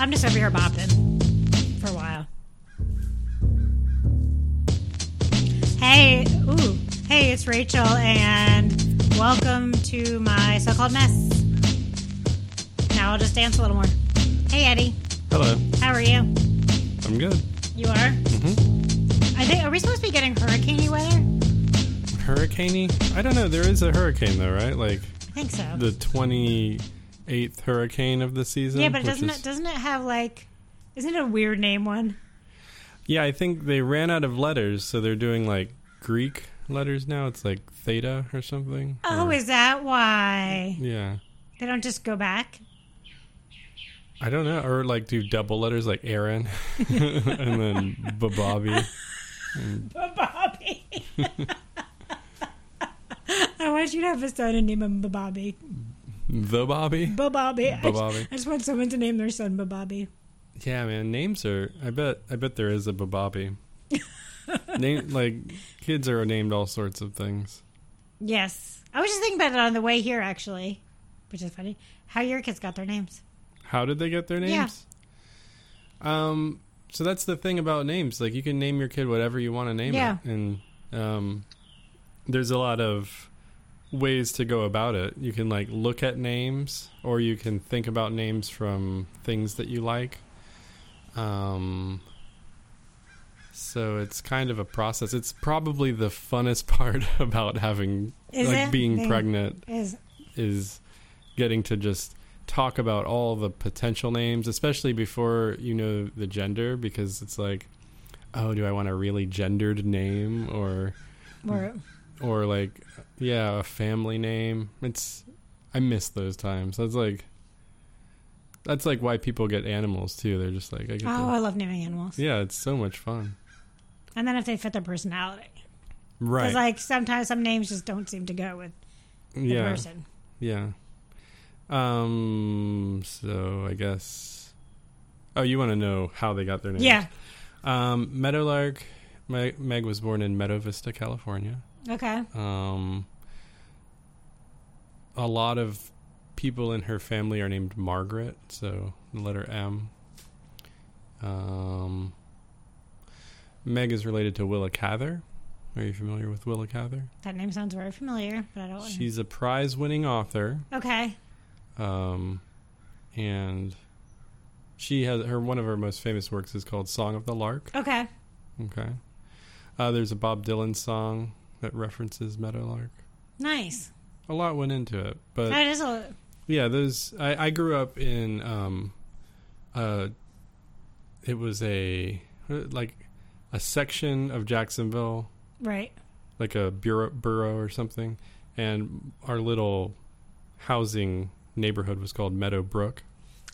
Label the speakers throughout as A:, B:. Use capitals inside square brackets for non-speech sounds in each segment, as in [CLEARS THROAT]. A: I'm just over here bopping for a while. Hey, ooh, hey, it's Rachel, and welcome to my so-called mess. Now I'll just dance a little more. Hey, Eddie,
B: Hello.
A: how are you?
B: I'm good.
A: You are?
B: Mm-hmm.
A: I think. Are we supposed to be getting hurricaney weather?
B: Hurricaney? I don't know. There is a hurricane though, right? Like
A: I think so.
B: the 28th hurricane of the season.
A: yeah, but
B: which
A: doesn't
B: is-
A: it doesn't it have like? Isn't it a weird name one?
B: Yeah, I think they ran out of letters, so they're doing like Greek letters now. It's like theta or something.
A: Oh,
B: or-
A: is that why
B: yeah.
A: they don't just go back?
B: I don't know, or like do double letters like Aaron [LAUGHS] and then Bobby.
A: Bobby. [LAUGHS] I want you to have a son and name him Bobby.
B: The Bobby?
A: Bobby. I, just-
B: Bobby.
A: I just want someone to name their son Bobby.
B: Yeah, man, names are. I bet. I bet there is a
A: [LAUGHS]
B: Bababi. Name like kids are named all sorts of things.
A: Yes. I was just thinking about it on the way here, actually, which is funny. How your kids got their names.
B: How did they get their
A: Yeah.
B: names? Um. So that's the thing about names. Like you can name your kid whatever you want to name
A: Yeah.
B: it, and um, there's a lot of ways to go about it. You can like look at names, or you can think about names from things that you like. Um. So it's kind of a process. It's probably the funnest [LAUGHS] part about having
A: Is
B: like
A: it?
B: being
A: They-
B: pregnant
A: Is
B: is getting to just talk about all the potential names, especially before you know the gender, because it's like, oh, do I want a really gendered name or Mm.
A: or oh,
B: or like, yeah, a family name? It's I miss those times. That's like that's like why people get animals too. They're just like, I get to-
A: oh, I love naming animals.
B: yeah, it's so much fun,
A: And then if they fit their personality, because
B: right?
A: like sometimes some names just don't seem to go with the
B: yeah.
A: person.
B: Yeah. Um. So I guess. Oh, you want to know how they got their name?
A: Yeah.
B: Um, Meadowlark. Meg, Meg was born in Meadow Vista, California.
A: Okay.
B: Um. A lot of people in her family are named Margaret, so the letter M. Um. Meg is related to Willa Cather. Are you familiar with Willa Cather?
A: That name sounds very familiar, but Oh, I don't. wanna-
B: She's a prize-winning author.
A: okay.
B: um, and she has her one of her most famous works is called "Song of the Lark."
A: Okay.
B: Okay, uh, there's a Bob Dylan song that references Meadowlark.
A: Nice.
B: A lot went into it, but
A: That is a
B: yeah, those I, I grew up in. Um, uh, it was a like a section of Jacksonville
A: right.
B: like a bureau, borough or something, and our little housing neighborhood was called Meadow Brook.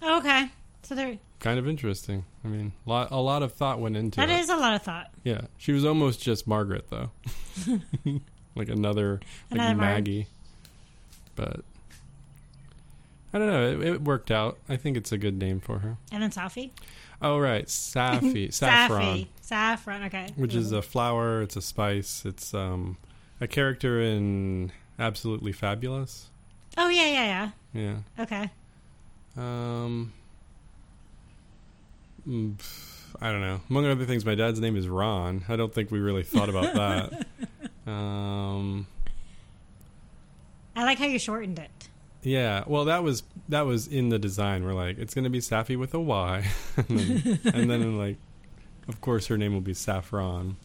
A: Oh, okay. So there,
B: Kind of interesting. I mean, lot, a lot of thought went into
A: that
B: it.
A: is a lot of thought.
B: yeah, she was almost just Margaret though, like another,
A: Another Marg.
B: like Maggie. But I don't know. It, it worked out. I think it's a good name for her.
A: And then Safi.
B: Oh right, Safi, saffron,
A: Safi. Saffron. Okay.
B: which is a flower. It's a spice. It's um a character in Absolutely Fabulous.
A: Oh yeah, yeah,
B: Yeah.
A: yeah. Okay.
B: Um, mm, pff, I don't know. Among other things, my dad's name is Ron. I don't think we really thought about that. um,
A: I like how you shortened it.
B: yeah. Well, that was that was in the design. We're like, it's going to be Safi with a Y, [LAUGHS] and then, and then like, of course, her name will be Saffron,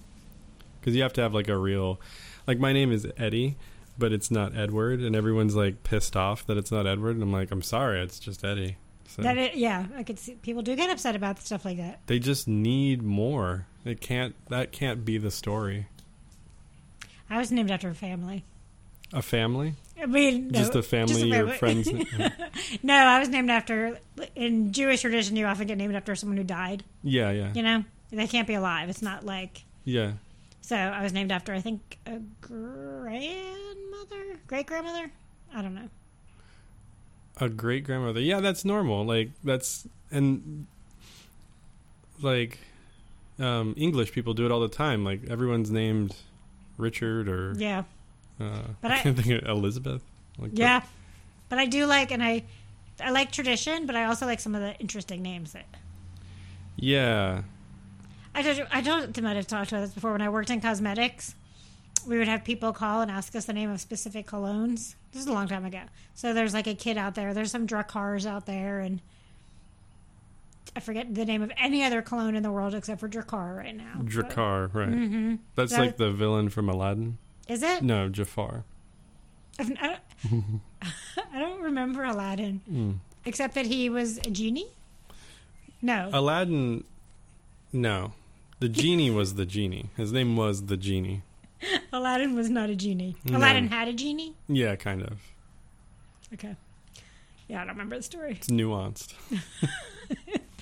B: because you have to have like a real, like my name is Eddie. But it's not Edward, and everyone's like pissed off that it's not Edward. And I'm like, I'm sorry, it's just Eddie. So.
A: That it, yeah, I could see people do get upset about stuff like that.
B: They just need more. It can't. That can't be the story.
A: I was named after a family.
B: A family,
A: I mean, no,
B: just a family, your friends.
A: [LAUGHS]
B: [LAUGHS]
A: no, I was named after. In Jewish tradition, you often get named after someone who died.
B: yeah, yeah,
A: You know, they can't be alive. It's not like
B: yeah.
A: So I was named after, I think, a grandmother, great grandmother. I don't know.
B: A great grandmother. Yeah, that's normal. Like that's and like um, English people do it all the time. Like everyone's named Richard or
A: Yeah,
B: uh,
A: But
B: I
A: I-
B: [LAUGHS] can't think of Elizabeth. Like
A: yeah, but I do like, and I I like tradition, but I also like some of the interesting names that
B: Yeah.
A: I told you, I told you might have talked about this before. When I worked in cosmetics, we would have people call and ask us the name of specific colognes. This is a long time ago. So there's like a kid out there. There's some Dracars out there, and I forget the name of any other cologne in the world except for Dracar right now. But-
B: Drakkar, right.
A: Mhm.
B: That's
A: That-
B: like the villain from Aladdin.
A: Is it?
B: No, Jafar.
A: I've- [LAUGHS] I don't, [LAUGHS] I don't remember Aladdin,
B: Mm.
A: except that he was a genie. No,
B: Aladdin. No. The genie was the genie. His name was the genie.
A: Aladdin was not a genie.
B: No.
A: Aladdin had a genie.
B: Yeah, kind of.
A: Okay, yeah, I don't remember the story. [LAUGHS]
B: It's nuanced.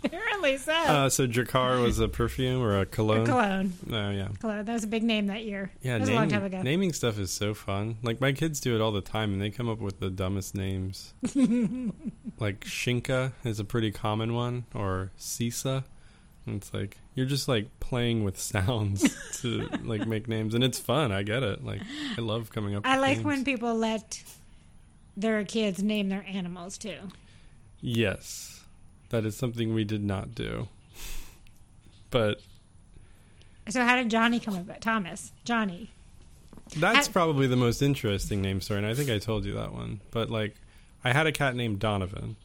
A: Apparently so.
B: Uh, so Drakkar was a perfume or a
A: Oh. A
B: cologne.
A: cologne.
B: Oh yeah,
A: Cologne. That was a big name that year.
B: yeah.
A: That was a long time ago.
B: Naming stuff is so fun. Like my kids do it all the time, and they come up with the
A: [LAUGHS]
B: dumbest names. like Shinka is a pretty common one, or Sisa. And it's like you're just like playing with
A: [LAUGHS]
B: sounds to like make names, and it's fun. I get it. Like I love coming up.
A: I
B: with
A: like
B: names.
A: when people let their kids name their animals too.
B: Yes, that is something we did not do. [LAUGHS] But
A: So how did Johnny come about? Thomas. Johnny.
B: That's
A: Ha-
B: probably the most interesting name story, and I think I told you that one. But like, I had a cat named Donovan,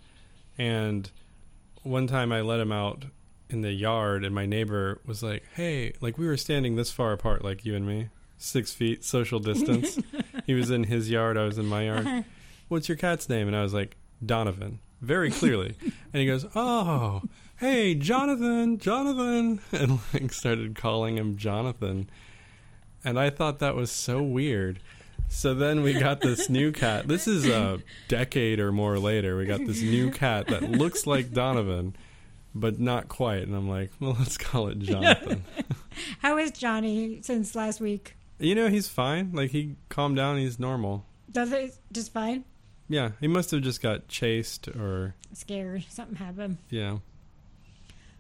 B: and one time I let him out in the yard, and my neighbor was like, "Hey, like we were standing this far apart, like you and me, six feet, social distance." he was in his yard, I was in my yard. What's your cat's name? And I was like, Donovan, very clearly. and he goes, "Oh, hey, Jonathan, Jonathan," [LAUGHS] and like started calling him Jonathan. And I thought that was so weird. So then we got this new cat. This is a decade or more later. We got this new cat that looks like Donovan, but not quite. And I'm like, well, let's call it Jonathan.
A: How is Johnny since last week?
B: you know, he's fine. Like, he calmed down. He's normal.
A: Does it just fine?
B: Yeah, he must have just got chased or,
A: Scared. Something happened.
B: yeah.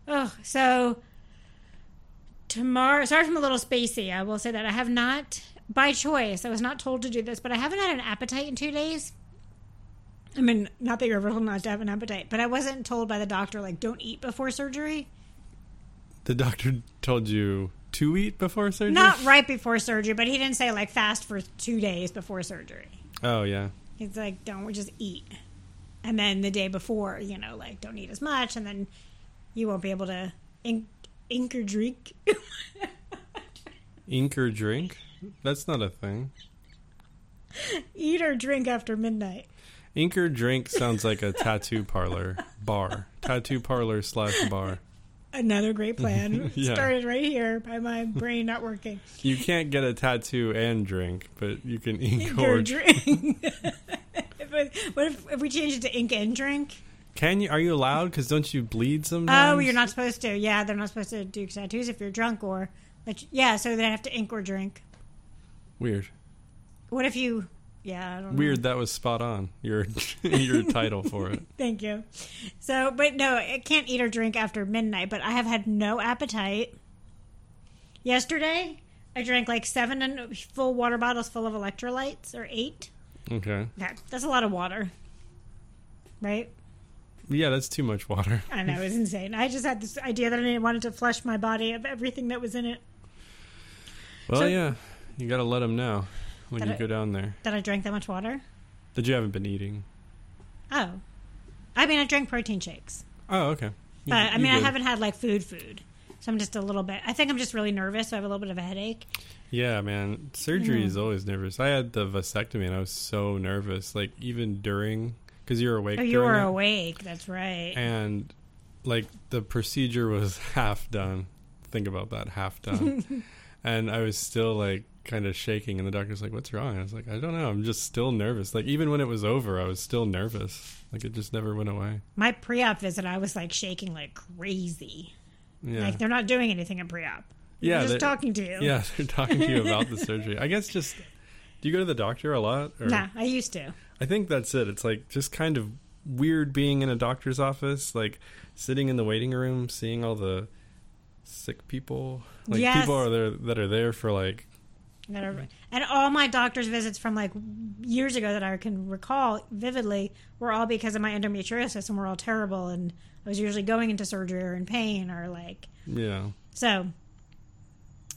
A: Oh, so tomorrow. Sorry, I'm a little spacey. I will say that I have not, by choice, I was not told to do this, but I haven't had an appetite in two days. I mean, not that you're ever told not to have an appetite, but I wasn't told by the doctor like don't eat before surgery.
B: The doctor told you to eat before surgery?
A: Not right before surgery, but he didn't say like fast for two days before surgery.
B: Oh, yeah.
A: He's like, don't just eat, and then the day before, you know, like don't eat as much, and then you won't be able to ink, ink or drink. [LAUGHS]
B: Ink or drink? That's not a thing.
A: eat or drink after midnight.
B: Ink or drink sounds like a tattoo parlor bar. Tattoo parlor slash bar.
A: another great plan
B: Yeah.
A: started right here by my brain not working.
B: You can't get a tattoo and drink, but you can ink
A: Your
B: or drink.
A: drink. [LAUGHS] If it- what if, if we change it to ink and drink?
B: Can you? Are you allowed? Because don't you bleed sometimes?
A: Oh, you're not supposed to. Yeah, they're not supposed to do tattoos if you're drunk or. But yeah, so they have to ink or drink.
B: Weird.
A: What if you? Yeah, I don't know.
B: Weird. That was spot on. Your [LAUGHS] your title for it.
A: Thank you. So, but no, it can't eat or drink after midnight. But I have had no appetite. Yesterday, I drank like seven and- full water bottles full of electrolytes, or eight.
B: Okay.
A: That, that's a lot of water, right?
B: Yeah, that's too much water.
A: I know it's insane. I just had this idea that I wanted to flush my body of everything that was in it.
B: Well,
A: So-
B: yeah. You gotta let them know when
A: That
B: you
A: I-
B: go down there
A: That I drank that much water.
B: that you haven't been eating.
A: Oh, I mean, I drank protein shakes,
B: Oh, okay. You-
A: but I
B: you
A: mean, I
B: good.
A: haven't had like food, food. So I'm just a little bit. I think I'm just really nervous. So I have a little bit of a headache.
B: Yeah, man. Surgery
A: know.
B: is always nervous. I had the vasectomy and I was so nervous. Like even during, because you're awake.
A: Oh, you
B: during
A: were
B: it.
A: awake. That's right.
B: and like the procedure was [LAUGHS] half done. Think about that, half
A: [LAUGHS]
B: done. and I was still like kind of shaking, and the doctor's like, "What's wrong?" I was like, "I don't know. I'm just still nervous. Like even when it was over, I was still nervous. Like it just never went away."
A: my pre-op visit, I was like shaking like crazy.
B: Yeah,
A: Like they're not doing anything in pre-op. They're
B: yeah,
A: just
B: they're-
A: talking to you.
B: yeah. [LAUGHS] They're talking to you about the
A: [LAUGHS]
B: surgery. I guess just do you go to the doctor a lot? Or?
A: Nah, I used to.
B: I think that's it. It's like just kind of weird being in a doctor's office, like sitting in the waiting room, seeing all the sick people, like
A: Yes.
B: people are there that are there for like
A: that are, and all my doctor's visits from like years ago that I can recall vividly were all because of my endometriosis and were all terrible. And I was usually going into surgery or in pain or like
B: Yeah.
A: so.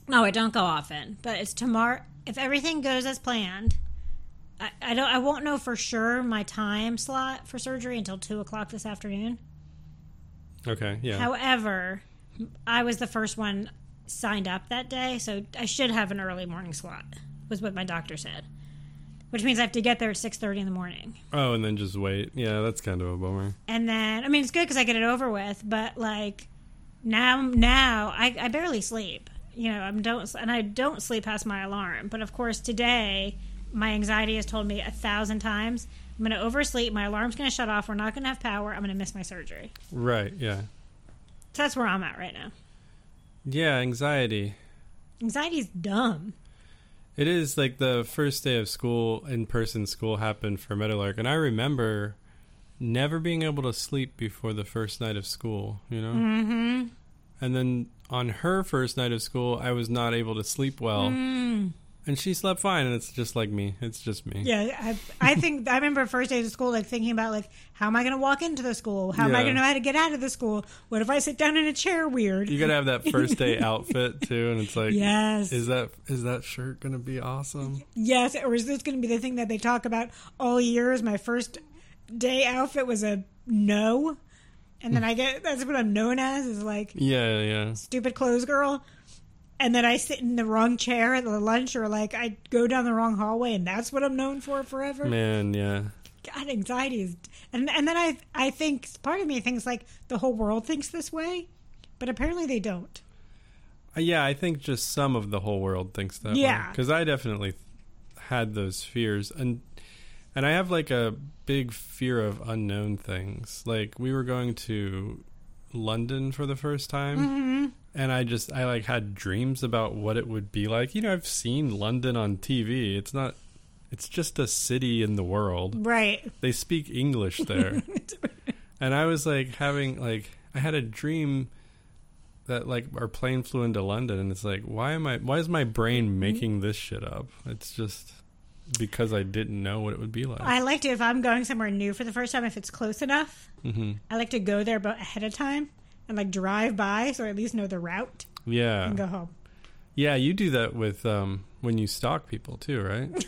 A: No, I don't go often, but it's tomorrow. If everything goes as planned, I, I don't. I won't know for sure my time slot for surgery until two o'clock this afternoon.
B: Okay. Yeah.
A: However, I was the first one signed up that day, so I should have an early morning slot. Was what my doctor said, which means I have to get there at six thirty in the morning.
B: oh, and then just wait. Yeah, that's kind of a bummer.
A: And then, I mean, it's good because I get it over with. But like now, now I, I barely sleep. You know, I'm don't and I don't sleep past my alarm. But of course, today my anxiety has told me a thousand times I'm going to oversleep. My alarm's going to shut off. We're not going to have power. I'm going to miss my surgery.
B: Right. Yeah.
A: So that's where I'm at right now.
B: Yeah. Anxiety.
A: Anxiety's dumb.
B: It is like the first day of school, in person school happened for Meadowlark, and I remember never being able to sleep before the first night of school, you know? Mm-hmm. And then on her first night of school, I was not able to sleep well. And she slept fine, and it's just like me. It's just me.
A: Yeah, I, I think I remember first day of school, like thinking about like how am I going to walk into the school? How am I
B: Yeah.
A: going to know how to get out of the school? What if I sit down in a chair weird?
B: You gotta have that first day outfit too, and it's like,
A: Yes.
B: is that is that shirt gonna be awesome?
A: Yes, or is this going to be the thing that they talk about all year? Is my first day outfit was a no, and then I get that's what I'm known as is like
B: Hmm. Yeah, yeah.
A: stupid clothes girl, and then I sit in the wrong chair at the lunch, or like I go down the wrong hallway, and that's what I'm known for forever.
B: Man, yeah.
A: God, anxiety is, and and then I I think part of me thinks like the whole world thinks this way, but apparently they don't.
B: Uh, Yeah, I think just some of the whole world thinks that.
A: Yeah.
B: because I definitely had those fears, and and I have like a big fear of unknown things. Like we were going to London for the first time, and I just I like had dreams about what it would be like. You know, I've seen London on TV. It's not. It's just a city in the world.
A: Right.
B: They speak English
A: [LAUGHS]
B: there. And I was like having like I had a dream that like our plane flew into London and it's like why am I why is my brain
A: Mm-hmm.
B: making this shit up? It's just because I didn't know what it would be like.
A: I like to if I'm going somewhere new for the first time if it's close enough.
B: hmm
A: I like to go there about ahead of time and like drive by, so I at least know the route and
B: Yeah.
A: go home.
B: Yeah, you do that with um when you stalk people
A: [LAUGHS]
B: too, right?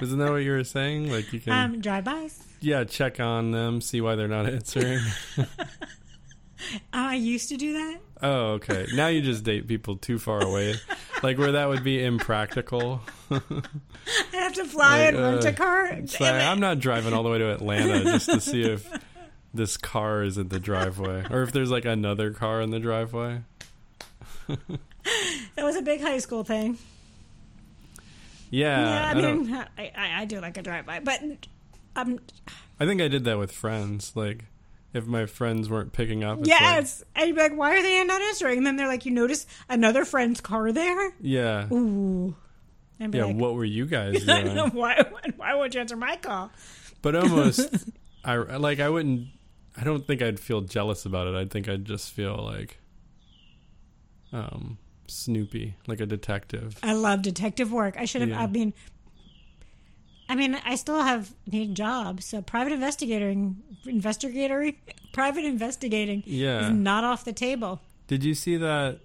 B: Isn't that what you were saying? Like you can
A: Um, drive bys.
B: yeah, check on them, see why they're not
A: [LAUGHS]
B: answering.
A: Uh, I used to do that. [LAUGHS]
B: oh, okay. Now you just date people too far away. like where that would be impractical.
A: I have to fly
B: Like,
A: and rent
B: uh,
A: a car.
B: It's
A: Damn
B: like,
A: it.
B: I'm not driving all the way to Atlanta just to see
A: [LAUGHS]
B: if this car is in the driveway or if there's like another car in the driveway.
A: that was a big high school thing.
B: Yeah,
A: yeah,
B: I,
A: I
B: don't-
A: mean, I, I, I do like a drive by, but um,
B: I think I did that with friends. Like, if my friends weren't picking up, it's
A: yes. and you'd be like, why are they not answering? And then they're like, you notice another friend's car there.
B: like, yeah,
A: Ooh, and I'd be
B: yeah.
A: like, [LAUGHS]
B: What were you guys
A: I don't know
B: doing?
A: why, why won't you answer my call?
B: but
A: [LAUGHS]
B: almost, I like. I wouldn't. I don't think I'd feel jealous about it. I think I'd just feel like, um, Snoopy, like a detective.
A: I love detective work. I should have.
B: Yeah.
A: I mean, I mean, I still have need jobs. So private investigating, investigatory, private investigating
B: Yeah.
A: is not off the table.
B: Did you see that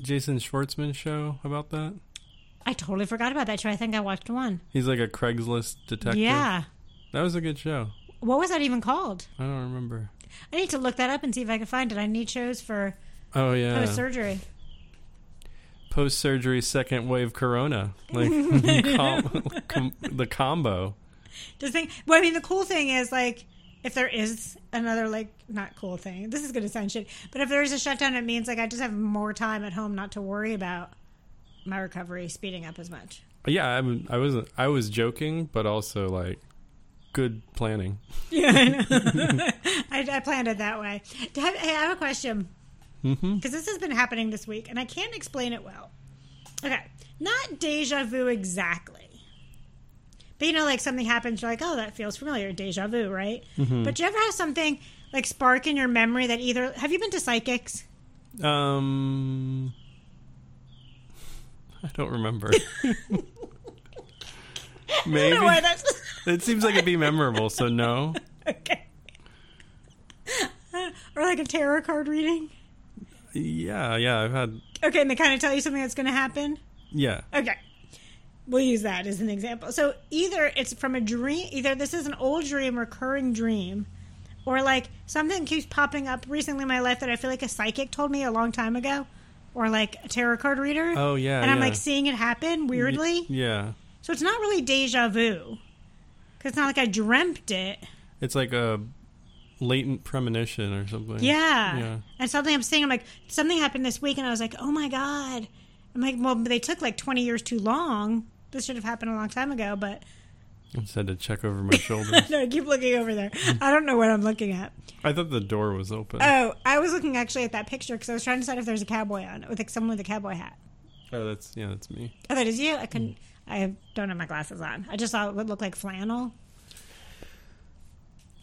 B: Jason Schwartzman show about that?
A: I totally forgot about that show. I think I watched one.
B: He's like a Craigslist detective.
A: Yeah.
B: That was a good show.
A: What was that even called?
B: I don't remember.
A: I need to look that up and see if I can find it. I need shows for
B: Oh
A: post
B: yeah.
A: surgery.
B: Post surgery second wave corona. Like com- com- the combo.
A: Just think. Well, I mean, the cool thing is like if there is another like not cool thing. This is going to sound shit, but if there is a shutdown, it means like I just have more time at home not to worry about my recovery speeding up as much.
B: Yeah, I mean, I wasn't I was joking, but also like good planning.
A: Yeah, [LAUGHS] I, know. I, I planned it that way. Do I have- Hey, I have a question
B: Mhm.
A: because this has been happening this week, and I can't explain it well. Okay, not deja vu exactly, but you know, like something happens, you're like, "Oh, that feels familiar." Deja vu, right? But do you ever have something like spark in your memory that either have you been to psychics?
B: Um I don't remember.
A: I don't know why
B: Maybe
A: that's [LAUGHS]
B: it seems like it'd be memorable. So no,
A: okay. [LAUGHS] or like a tarot card reading.
B: yeah, yeah. I've had
A: Okay, and they kind of tell you something that's going to happen.
B: yeah.
A: Okay. We'll use that as an example. So either it's from a dream, either this is an old dream, recurring dream, or like something keeps popping up recently in my life that I feel like a psychic told me a long time ago, or like a tarot card reader.
B: Oh yeah,
A: and I'm
B: yeah. Mm-hmm.
A: like seeing it happen weirdly.
B: Yeah,
A: So it's not really deja vu. Because it's not like I dreamt it.
B: it's like a latent premonition or something.
A: Yeah.
B: Yeah.
A: And something I'm seeing, I'm like, something happened this week, and I was like, oh my God. I'm like, well, they took like 20 years too long. This should have happened a long time ago, but
B: I just had to check over my shoulder.
A: [LAUGHS] no, I keep looking over there. I don't know what I'm looking at.
B: I thought the door was open.
A: Oh, I was looking actually at that picture because I was trying to decide if there's a cowboy on it with like someone with a cowboy hat.
B: oh, that's yeah, that's me.
A: Oh, that is you. I couldn't. I don't have my glasses on. I just saw it would look like flannel.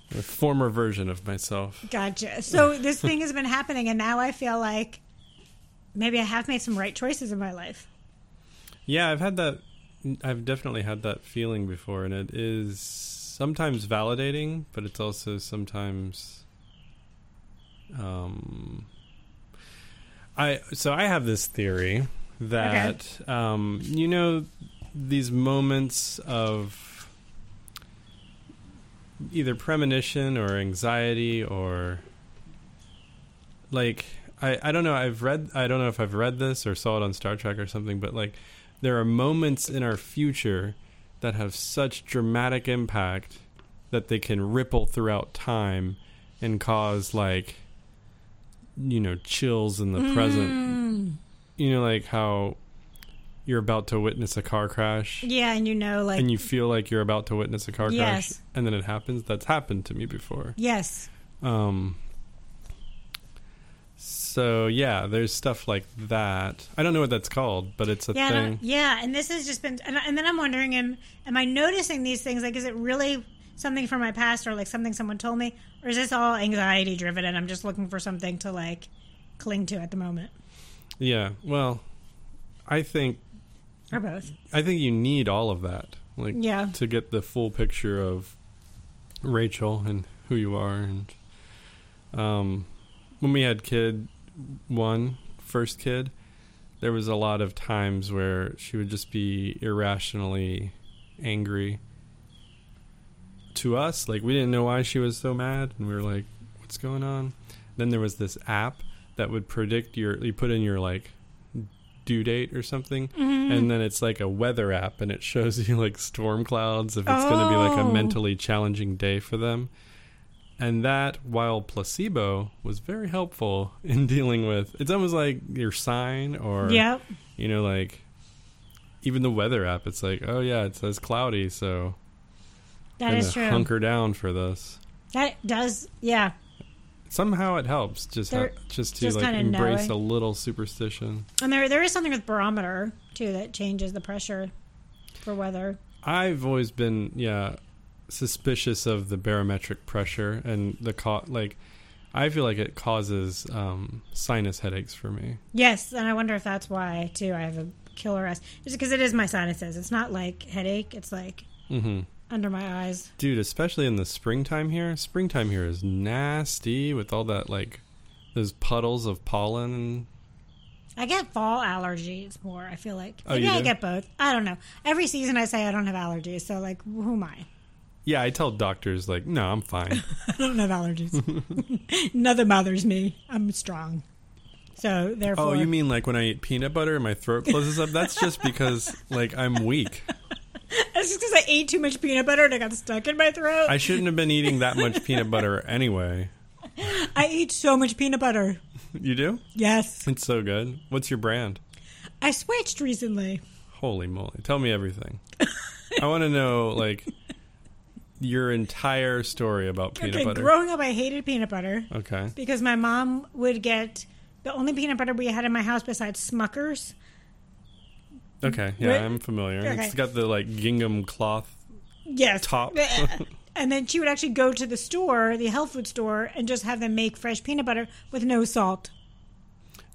B: The former version of myself.
A: Gotcha. So this thing has been happening, and now I feel like maybe I have made some right choices in my life.
B: Yeah, I've had that. I've definitely had that feeling before, and it is sometimes validating, but it's also sometimes. Um, I so I have this theory that um, you know these moments of either premonition or anxiety or like I, I don't know I've read I don't know if I've read this or saw it on Star Trek or something but like there are moments in our future that have such dramatic impact that they can ripple throughout time and cause like you know chills in the present
A: Mm.
B: you know like how you're about to witness a car crash
A: Yeah, and you know, like
B: and you feel like you're about to witness a car
A: Yes.
B: crash and then it happens that's happened to me before
A: yes,
B: um so yeah there's stuff like that i don't know what that's called but it's a
A: yeah, and I-
B: thing
A: yeah. And this has just been, and, I- and then I'm wondering, am am I noticing these things? Like, is it really something from my past, or like something someone told me, or is this all anxiety driven, and I'm just looking for something to like cling to at the moment,
B: yeah well i think
A: or both?
B: i think you need all of that like
A: Yeah,
B: to get the full picture of Rachel and who you are. And um, when we had kid one, first kid, there was a lot of times where she would just be irrationally angry to us. Like we didn't know why she was so mad, and we were like, "What's going on?" Then there was this app that would predict your. You put in your like due date or something and then it's like a weather app and it shows you like storm clouds if it's going to be like
A: Oh.
B: a mentally challenging day for them and that while placebo was very helpful in dealing with it's almost like your sign or
A: yep.
B: you know like even the weather app it's like oh yeah it says cloudy so
A: That
B: gonna
A: is true.
B: hunker down for this
A: That does, yeah.
B: somehow it helps just ha-
A: There-
B: just to
A: just
B: like
A: kinda
B: embrace
A: knowing.
B: a little superstition
A: And there, there is something with barometer too that changes the pressure for weather.
B: I've always been yeah suspicious of the barometric pressure and the co- like I feel like it causes um, sinus headaches for me.
A: Yes, and I wonder if that's why too. I have a killer ass just because it is my sinuses. It's not like headache. It's like
B: hmm
A: under my eyes.
B: Dude, especially in the springtime here. Springtime here is nasty with all that like those puddles of pollen.
A: I get fall allergies more. I feel like
B: Oh,
A: maybe
B: you
A: I
B: do?
A: get both. I don't know. Every season I say I don't have allergies, so like who am I? [LAUGHS]
B: Yeah, I tell doctors like, no, I'm fine.
A: I don't have
B: [LAUGHS]
A: allergies. Nothing bothers me. I'm strong. So therefore,
B: oh, you mean like when I eat peanut butter and my throat closes up? That's just because like I'm weak.
A: it's just because I ate too much peanut butter and it got stuck in my throat.
B: I shouldn't have been eating that much peanut butter anyway.
A: I eat so much peanut butter.
B: You do?
A: Yes,
B: It's so good. What's your brand?
A: I switched recently.
B: Holy moly. Tell me everything. I want to know, like, your entire story about peanut
A: okay,
B: butter.
A: growing up, I hated peanut butter.
B: okay.
A: because my mom would get the only peanut butter we had in my house besides Smucker's.
B: Okay. Yeah,
A: Wait.
B: I'm familiar.
A: Okay.
B: It's got the, like, gingham cloth.
A: Yes. uh,
B: Top.
A: and then she would actually go to the store, the health food store, and just have them make fresh peanut butter with no salt.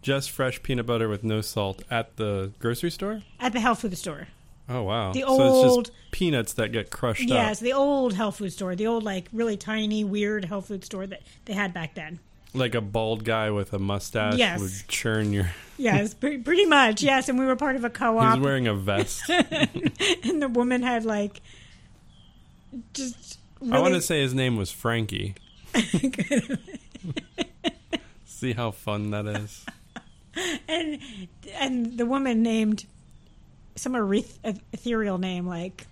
B: just fresh peanut butter with no salt at the grocery store?
A: at the health food store.
B: Oh wow!
A: The
B: so it's
A: old-
B: just peanuts that get crushed
A: Yeah,
B: up,
A: it's the old health food store, the old like really tiny weird health food store that they had back then.
B: like a bald guy with a mustache
A: Yes.
B: would churn your.
A: Yes,
B: [LAUGHS]
A: pre- pretty much. Yes, and we were part of a
B: He's
A: co-op,
B: wearing
A: [LAUGHS]
B: a vest.
A: and the woman had like just. Really,
B: I want to say his name
A: [LAUGHS]
B: was Frankie. See how fun that is.
A: and and the woman named some ereth- ethereal name like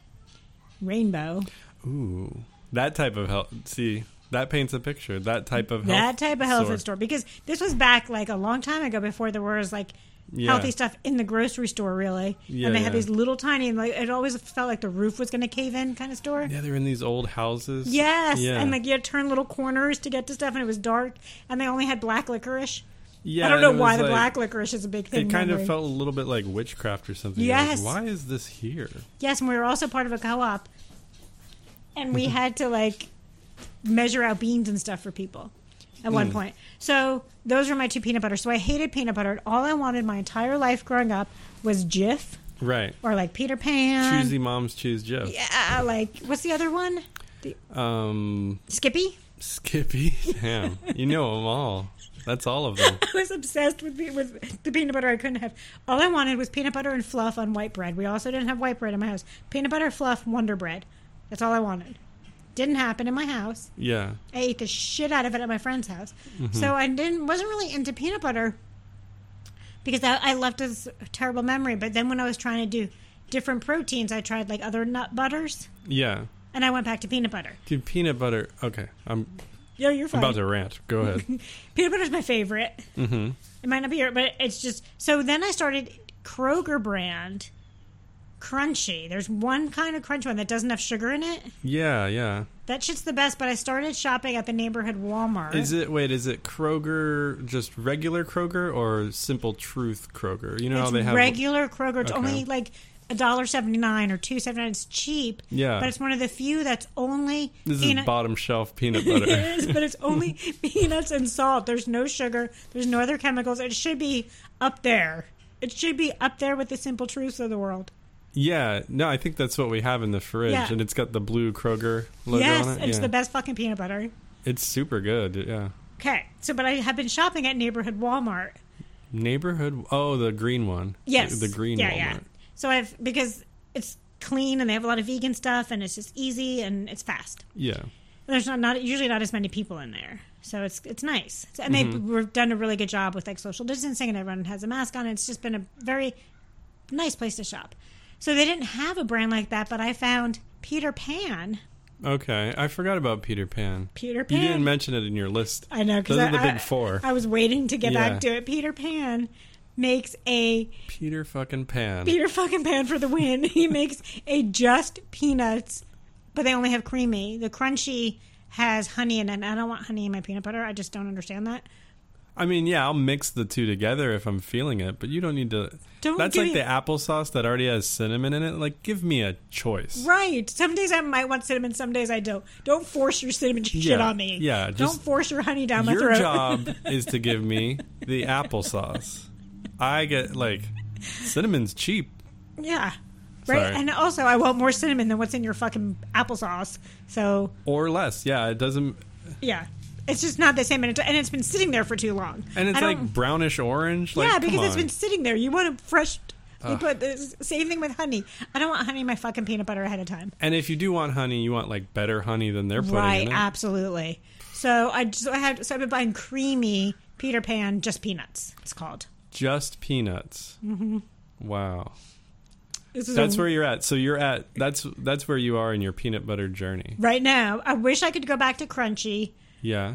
A: Rainbow.
B: Ooh, that type of health. See, that paints a picture. That type of health.
A: that type of health
B: store.
A: food store because this was back like a long time ago before there was like
B: Yeah.
A: healthy stuff in the grocery store really
B: Yeah,
A: and they had
B: yeah.
A: these little tiny and like it always felt like the roof was going to cave in kind of store
B: Yeah, they're in these old houses.
A: yes
B: Yeah.
A: and like you had to turn little corners to get to stuff and it was dark and they only had black licorice
B: yeah,
A: i don't know
B: and it
A: why
B: was
A: the
B: like-
A: black licorice is a big thing
B: It kind of
A: memory.
B: felt a little bit like witchcraft or something. You're like,
A: Yes. Um,
B: why is this here?
A: yes and we were also part of a co-op and we had to like measure out beans and stuff for people at one point. So those were my two peanut butter. So I hated peanut butter. All I wanted my entire life growing up was Jif
B: Right.
A: or like Peter Pan.
B: Choosy moms choose Jeff.
A: Yeah, like what's the other one?
B: Um,
A: Skippy. [LAUGHS]
B: Skippy. Damn, you know them all. That's all of them.
A: I was obsessed with pe- with the peanut butter I couldn't have. All I wanted was peanut butter and fluff on white bread. We also didn't have white bread in my house. Peanut butter, fluff, Wonder Bread. That's all I wanted. Didn't happen in my house.
B: Yeah.
A: I ate the shit out of it at my friend's house. So I didn't wasn't really into peanut butter because I, I left this terrible memory. But then when I was trying to do different proteins, I tried like other nut butters,
B: Yeah.
A: and I went back to peanut butter.
B: Dude, peanut butter. Okay, I'm
A: Yeah, you're fine.
B: about to rant. Go ahead.
A: Peanut butter's my favorite. Mm-hmm. It might not be your, but it's just so. Then I started Kroger brand crunchy. There's one kind of crunch one that doesn't have sugar in it.
B: Yeah, yeah.
A: That shit's the best. But I started shopping at the neighborhood Walmart.
B: Is it wait? Is it Kroger? Just regular Kroger or Simple Truth Kroger? You know how
A: It's
B: they have
A: regular Kroger. It's
B: Okay.
A: only like a dollar seventy nine or two seventy nine. It's cheap.
B: Yeah.
A: But it's one of the few that's only
B: this is
A: peanut-
B: bottom shelf
A: [LAUGHS]
B: peanut
A: it
B: butter.
A: is, but it's only [LAUGHS] peanuts and salt. There's no sugar. There's no other chemicals. It should be up there. It should be up there with the simple truths of the world.
B: yeah, no, I think that's what we have in the fridge,
A: Yeah.
B: and it's got the blue Kroger logo
A: yes,
B: on it.
A: it's
B: yeah.
A: the best fucking peanut butter.
B: It's super good. Yeah,
A: Okay, so but I have been shopping at neighborhood Walmart.
B: neighborhood. Oh, the green one.
A: Yes,
B: the green
A: yeah,
B: Walmart.
A: yeah. So I've because it's clean and they have a lot of vegan stuff and it's just easy and it's fast.
B: Yeah.
A: there's not, not usually not as many people in there so it's it's nice So- and they've
B: Mm-hmm.
A: we've done a really good job with like social distancing and everyone has a mask on it's just been a very nice place to shop so they didn't have a brand like that but i found peter pan
B: Okay, I forgot about Peter Pan.
A: peter
B: You
A: pan
B: didn't mention it in your list.
A: i know because
B: Those are the
A: I,
B: big four.
A: I, I was waiting to get
B: Yeah.
A: back to it peter pan makes a
B: Peter fucking Pan.
A: peter fucking pan for the win [LAUGHS] he makes a just peanuts but they only have creamy the crunchy has honey in it and i don't want honey in my peanut butter i just don't understand that
B: I mean, yeah, I'll mix the two together if I'm feeling it, but you don't need to.
A: Don't
B: That's
A: give
B: like
A: me-
B: the applesauce that already has cinnamon in it. Like, give me a choice.
A: Right. Some days I might want cinnamon, some days I don't. Don't force your cinnamon shit
B: Yeah.
A: on me.
B: Yeah, just-
A: don't force your honey down my
B: Your
A: throat.
B: job is to give me the applesauce. I get like cinnamon's cheap.
A: [LAUGHS] yeah. Right.
B: Sorry.
A: And also, I want more cinnamon than what's in your fucking applesauce. So,
B: or less. Yeah, it doesn't.
A: yeah. It's just not the same. And, it, and it's been sitting there for too long.
B: And it's
A: I don't-
B: like brownish orange. Like,
A: yeah, because
B: come
A: it's been
B: on.
A: sitting there. You want a fresh. They put the same thing with honey. I don't want honey in my fucking peanut butter ahead of time.
B: And if you do want honey, you want like better honey than they're putting
A: Right,
B: in it.
A: absolutely. So I just I had so I've been buying creamy Peter Pan, just peanuts. It's called.
B: Just peanuts. Mm-hmm. Wow,
A: This is a
B: that's where you're at. So you're at that's that's where you are in your peanut butter journey.
A: right now. I wish I could go back to Crunchy,
B: Yeah.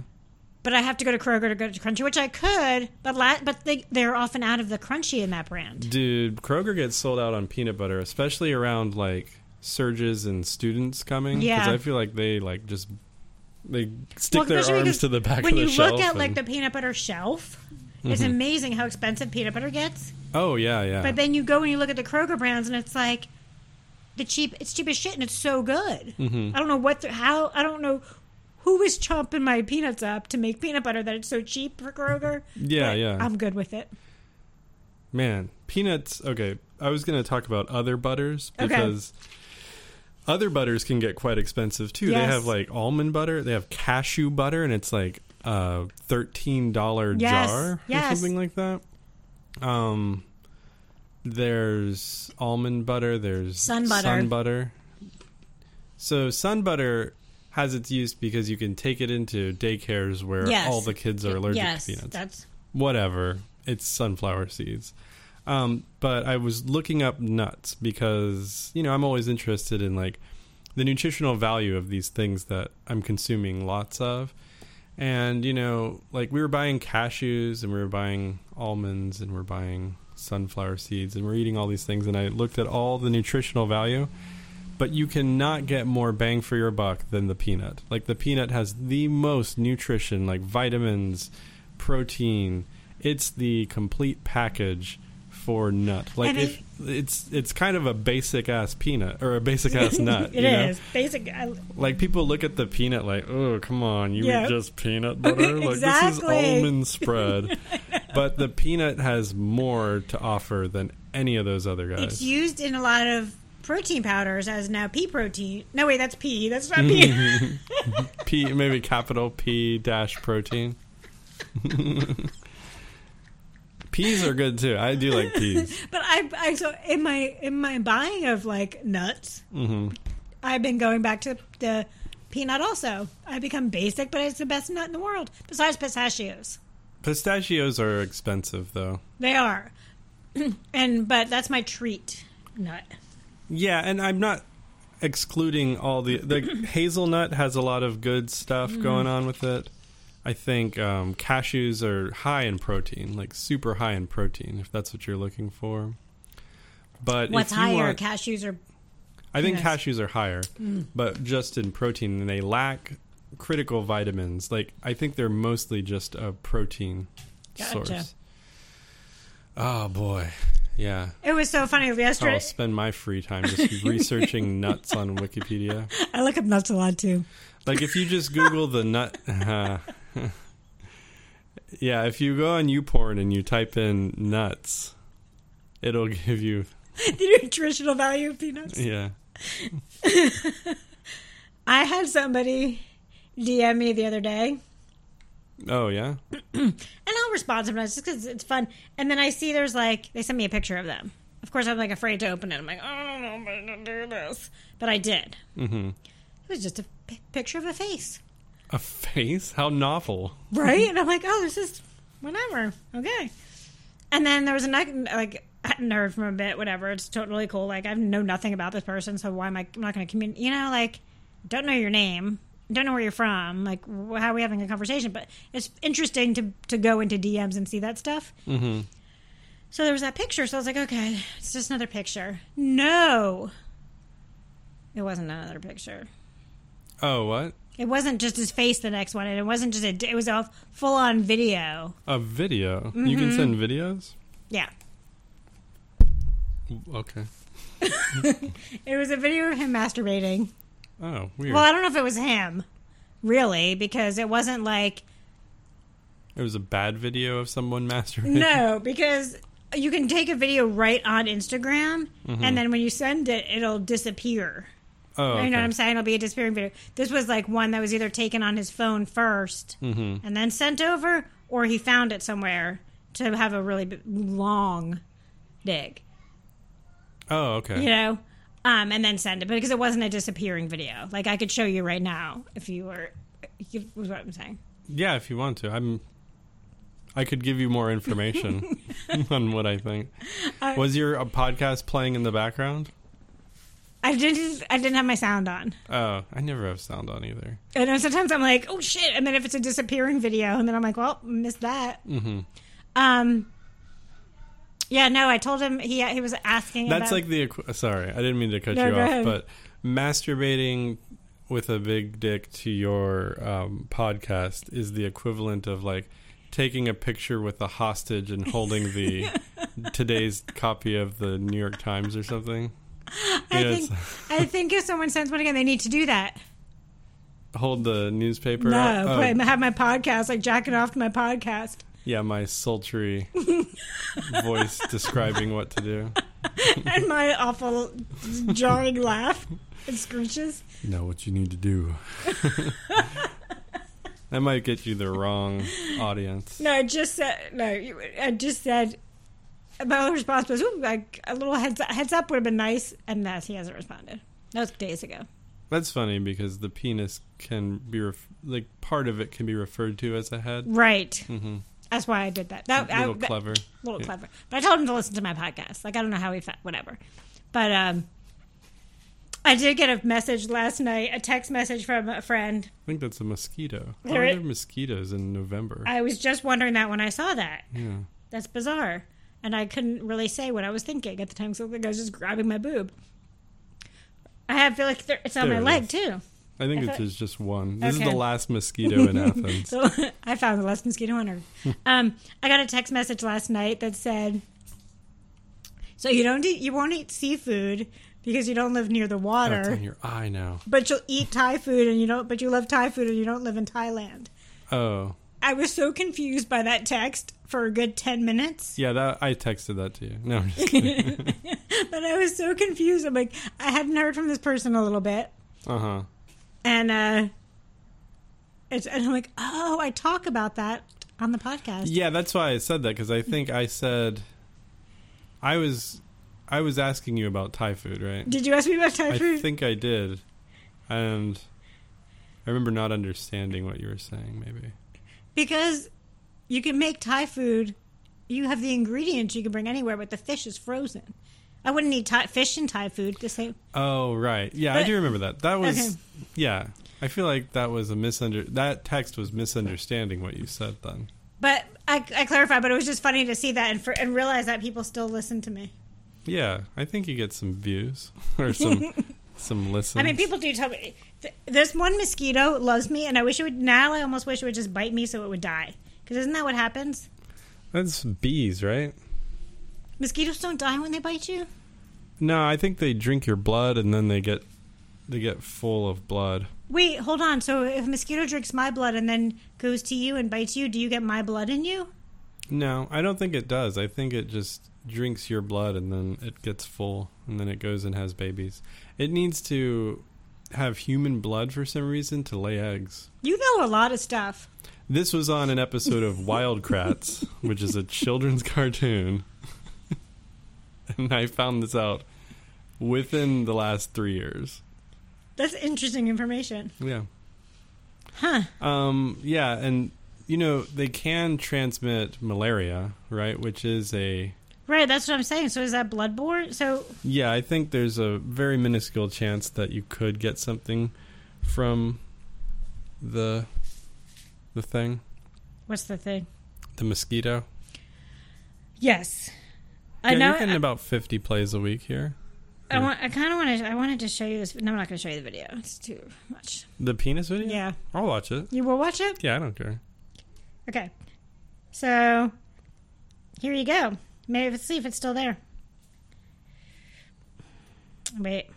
A: but I have to go to Kroger to go to Crunchy, which I could, but la- but they they're often out of the Crunchy in that brand.
B: Dude, Kroger gets sold out on peanut butter, especially around like surges and students coming.
A: Yeah.
B: I feel like they like just they stick
A: Well,
B: their
A: especially
B: arms
A: because
B: to the back
A: When
B: of the
A: you
B: shelf.
A: look at like
B: and-
A: the peanut butter shelf, it's amazing how expensive peanut butter gets.
B: oh yeah, yeah.
A: But then you go and you look at the Kroger brands, and it's like the cheap. It's cheap as shit, and it's so good.
B: Mm-hmm.
A: I don't know what the, how. I don't know who was chomping my peanuts up to make peanut butter that it's so cheap for Kroger.
B: yeah,
A: but
B: yeah.
A: I'm good with it.
B: Man, peanuts. Okay, I was going to talk about other butters
A: Okay.
B: because other butters can get quite expensive too. They
A: Yes.
B: have like almond butter, they have cashew butter, and it's like a thirteen dollar
A: Yes,
B: jar or
A: yes.
B: something like that. Um, there's almond butter. There's
A: Sun butter.
B: Sun butter. So sun butter has its use because you can take it into daycares where
A: Yes.
B: all the kids are allergic
A: yes,
B: to peanuts
A: that's
B: whatever. It's sunflower seeds. Um, but I was looking up nuts because, you know, I'm always interested in like the nutritional value of these things that I'm consuming lots of. And, you know, like we were buying cashews and we were buying almonds and we're buying sunflower seeds and we're eating all these things. And I looked at all the nutritional value, but you cannot get more bang for your buck than the peanut. Like the peanut has the most nutrition, like vitamins, protein. It's the complete package for nut. Like
A: And
B: if it's it's kind of a basic ass peanut or a basic ass nut.
A: [LAUGHS] It
B: you know?
A: is basic. I,
B: Like people look at the peanut like, oh come on, you
A: Yeah.
B: eat just
A: [LAUGHS]
B: peanut butter. Like this is
A: Exactly. [LAUGHS]
B: almond spread. but the peanut has more to offer than any of those other
A: it's
B: guys.
A: used in a lot of protein powders as now pea protein. No, wait, that's pea. That's not pea.
B: [LAUGHS]
A: [LAUGHS]
B: P maybe capital P dash protein. [LAUGHS] peas are good too. I do like
A: [LAUGHS]
B: peas.
A: but I, I so in my in my buying of like nuts,
B: hmm
A: I've been going back to the peanut. Also, I become basic, but it's the best nut in the world besides pistachios.
B: Pistachios are expensive though.
A: They are, [CLEARS THROAT] and but that's my treat nut.
B: Yeah, and I'm not excluding all the the [CLEARS THROAT] hazelnut has a lot of good stuff
A: Mm-hmm.
B: going on with it. I think um, cashews are high in protein, like super high in protein, if that's what you're looking for. But
A: What's
B: if you
A: higher,
B: want,
A: cashews or
B: I think
A: Yes.
B: cashews are higher,
A: Mm.
B: but just in protein, and they lack critical vitamins. Like I think they're mostly just a protein
A: Gotcha.
B: source. Oh boy, yeah.
A: It was so funny
B: How I'll
A: yesterday.
B: spend my free
A: [LAUGHS]
B: time just researching nuts on Wikipedia.
A: I look up nuts a lot too. [LAUGHS]
B: Like if you just Google the nut. [LAUGHS] yeah, if you go on YouPorn and you type in nuts, it'll give you
A: the nutritional value of peanuts.
B: yeah.
A: I had somebody DM me the other day, and
B: Oh yeah.
A: I'll respond sometimes just because it's fun. And then I see there's like they sent me a picture of them. Of course, I'm like afraid to open it. I'm like, I don't know if I can do this, but I did.
B: hmm
A: It was just a p- picture of a face,
B: A face? How novel.
A: right? and I'm like, oh, this is whatever, okay. And then there was a nec- like I hadn't heard from a bit, whatever. It's totally cool. Like I know nothing about this person, so why am I? I'm not going to communicate. You know, like don't know your name, don't know where you're from. Like wh- how are we having a conversation? But it's interesting to to go into DMs and see that stuff.
B: Mm-hmm.
A: So there was that picture. So I was like, okay, it's just another picture. No, it wasn't another picture.
B: Oh, what?
A: It wasn't just his face the next one, and it wasn't just a. It was a full on video.
B: A video. You can send
A: Mm-hmm.
B: videos?
A: Yeah,
B: Okay.
A: it was a video of him masturbating.
B: Oh, weird.
A: Well, I don't know if it was him, really, because it wasn't like
B: It was a bad video of someone masturbating.
A: no, because you can take a video right on Instagram, and then when you send it, it'll disappear.
B: Oh,
A: You
B: okay.
A: know what I'm saying? It'll be a disappearing video. This was like one that was either taken on his phone 1st and then sent over, or he found it somewhere to have a really b- long dig.
B: Oh, okay.
A: you know, um, and then send it because it wasn't a disappearing video. Like I could show you right now if you were. if- Was what I'm saying.
B: Yeah, if you want to. I'm I could give you
A: [LAUGHS]
B: more information [LAUGHS] on what I think. Was your uh, podcast playing in the background?
A: I didn't. I didn't have my sound on.
B: Oh, I never have sound on either.
A: And then sometimes I'm like, oh shit! And then if it's a disappearing video, and then I'm like, well, missed that.
B: Mm-hmm.
A: Um. Yeah, no. I told him he he was asking.
B: That's
A: about,
B: like the equ- sorry, I didn't mean to cut
A: No,
B: you
A: go
B: off,
A: ahead.
B: but masturbating with a big dick to your um, podcast is the equivalent of like taking a picture with a hostage and holding
A: [LAUGHS]
B: the today's copy of the New York Times or something.
A: I
B: Yeah,
A: think I think if someone sends one again, they need to do
B: [LAUGHS]
A: that.
B: Hold the newspaper.
A: No,
B: out. Oh,
A: play, have my podcast [LAUGHS] like jacking off to my podcast.
B: Yeah,
A: [LAUGHS]
B: my sultry voice describing what to do.
A: and my awful jarring laugh and screeches.
B: Know what you need to [LAUGHS] do. that might get you the wrong audience.
A: No, I just said no. you- I just said my only response was Ooh, like a little heads up, heads up would have been nice, and that he hasn't responded. That was days ago.
B: That's funny because the penis can be ref- like part of it can be referred to as a head.
A: Right.
B: Mm-hmm.
A: That's why I did that. That
B: A little
A: I, that-
B: clever.
A: little
B: Yeah.
A: clever. But I told him to listen to my podcast. Like I don't know how he found whatever. But um I did get a message last night, a text message from a friend.
B: I think that's a mosquito. How
A: There
B: are
A: it-
B: there mosquitoes in November?
A: I was just wondering that when I saw that.
B: yeah.
A: That's bizarre. And I couldn't really say what I was thinking at the time. So I think I was just grabbing my boob. I have feel like there, it's on
B: There
A: my
B: it
A: leg
B: is.
A: too.
B: I think
A: I
B: it
A: thought-
B: is just one. This is
A: Okay.
B: the last mosquito
A: [LAUGHS]
B: in Athens.
A: So I found the last mosquito on
B: [LAUGHS]
A: earth. um, I got a text message last night that said, "So you don't eat, you won't eat seafood because you don't live near the
B: Oh, it's
A: water,
B: on your eye now.
A: but you'll eat Thai food and you don't, but you love Thai food and you don't live in Thailand."
B: Oh,
A: I was so confused by that text for a good ten minutes.
B: yeah. That I texted that to you. No,
A: [LAUGHS]
B: I'm just kidding.
A: But I was so confused. I'm like, I hadn't heard from this person a little bit.
B: uh huh.
A: And uh it's and I'm like, Oh, I talk about that on the podcast.
B: Yeah, that's why I said that because I think I said I was I was asking you about Thai food, right?
A: Did you ask me about Thai
B: I
A: food?
B: think I did, and I remember not understanding what you were saying. Maybe
A: because you can make Thai food. You have the ingredients you can bring anywhere, but the fish is frozen. I wouldn't eat Thai, fish in Thai food the same.
B: Oh right, yeah, I
A: But-
B: do remember that. That was
A: Okay.
B: yeah. I feel like that was a misunder. That text was misunderstanding what you said then.
A: But I, I clarified, but it was just funny to see that and, for, and realize that people still listen to me.
B: Yeah, I think you get some views [LAUGHS] or
A: [LAUGHS]
B: some some listens.
A: I mean, people do tell me th- this one mosquito loves me, and I wish it would. Now I almost wish it would just bite me so it would die. Because isn't that what happens?
B: That's bees, right?
A: Mosquitoes don't die when they bite you.
B: No, I think they drink your blood and then they get they get full of blood.
A: Wait, hold on. So if a mosquito drinks my blood and then goes to you and bites you, do you get my blood in you?
B: No, I don't think it does. I think it just drinks your blood and then it gets full and then it goes and has babies. It needs to have human blood for some reason to lay eggs.
A: You know a lot of stuff.
B: This was on an episode of [LAUGHS] Wildcrats, which is a children's cartoon. [LAUGHS] and I found this out within the last 3 years.
A: That's interesting information.
B: Yeah.
A: Huh.
B: Um, yeah, and you know they can transmit malaria, right? Which is a
A: Right, that's what I'm saying. So is that bloodborne? So
B: yeah. I think there's a very minuscule chance that you could get something from the the thing,
A: what's the thing?
B: the mosquito.
A: Yes. I
B: yeah,
A: know
B: you're getting
A: I,
B: about 50 plays a week here.
A: I want I kinda wanna I wanted to show you this no I'm not gonna show you the video. It's too much.
B: The penis video.
A: Yeah.
B: I'll watch it.
A: You will watch it?
B: Yeah, I don't care.
A: Okay. So here you go. Maybe let's see if it's still there. Wait.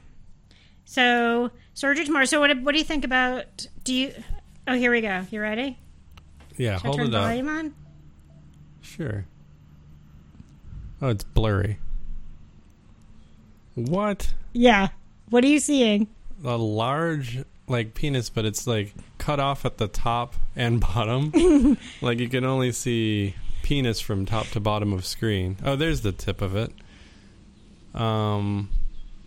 A: So Sergio tomorrow. So what what do you think about do you Oh, here we go. You ready?
B: Yeah,
A: Should I
B: hold
A: turn
B: it up.
A: volume on?
B: Sure. Oh, it's blurry. What?
A: Yeah. What are you seeing?
B: a large like penis, but it's like cut off at the top and [LAUGHS] bottom. like you can only see penis from top to bottom of screen. Oh, there's the tip of it. Um,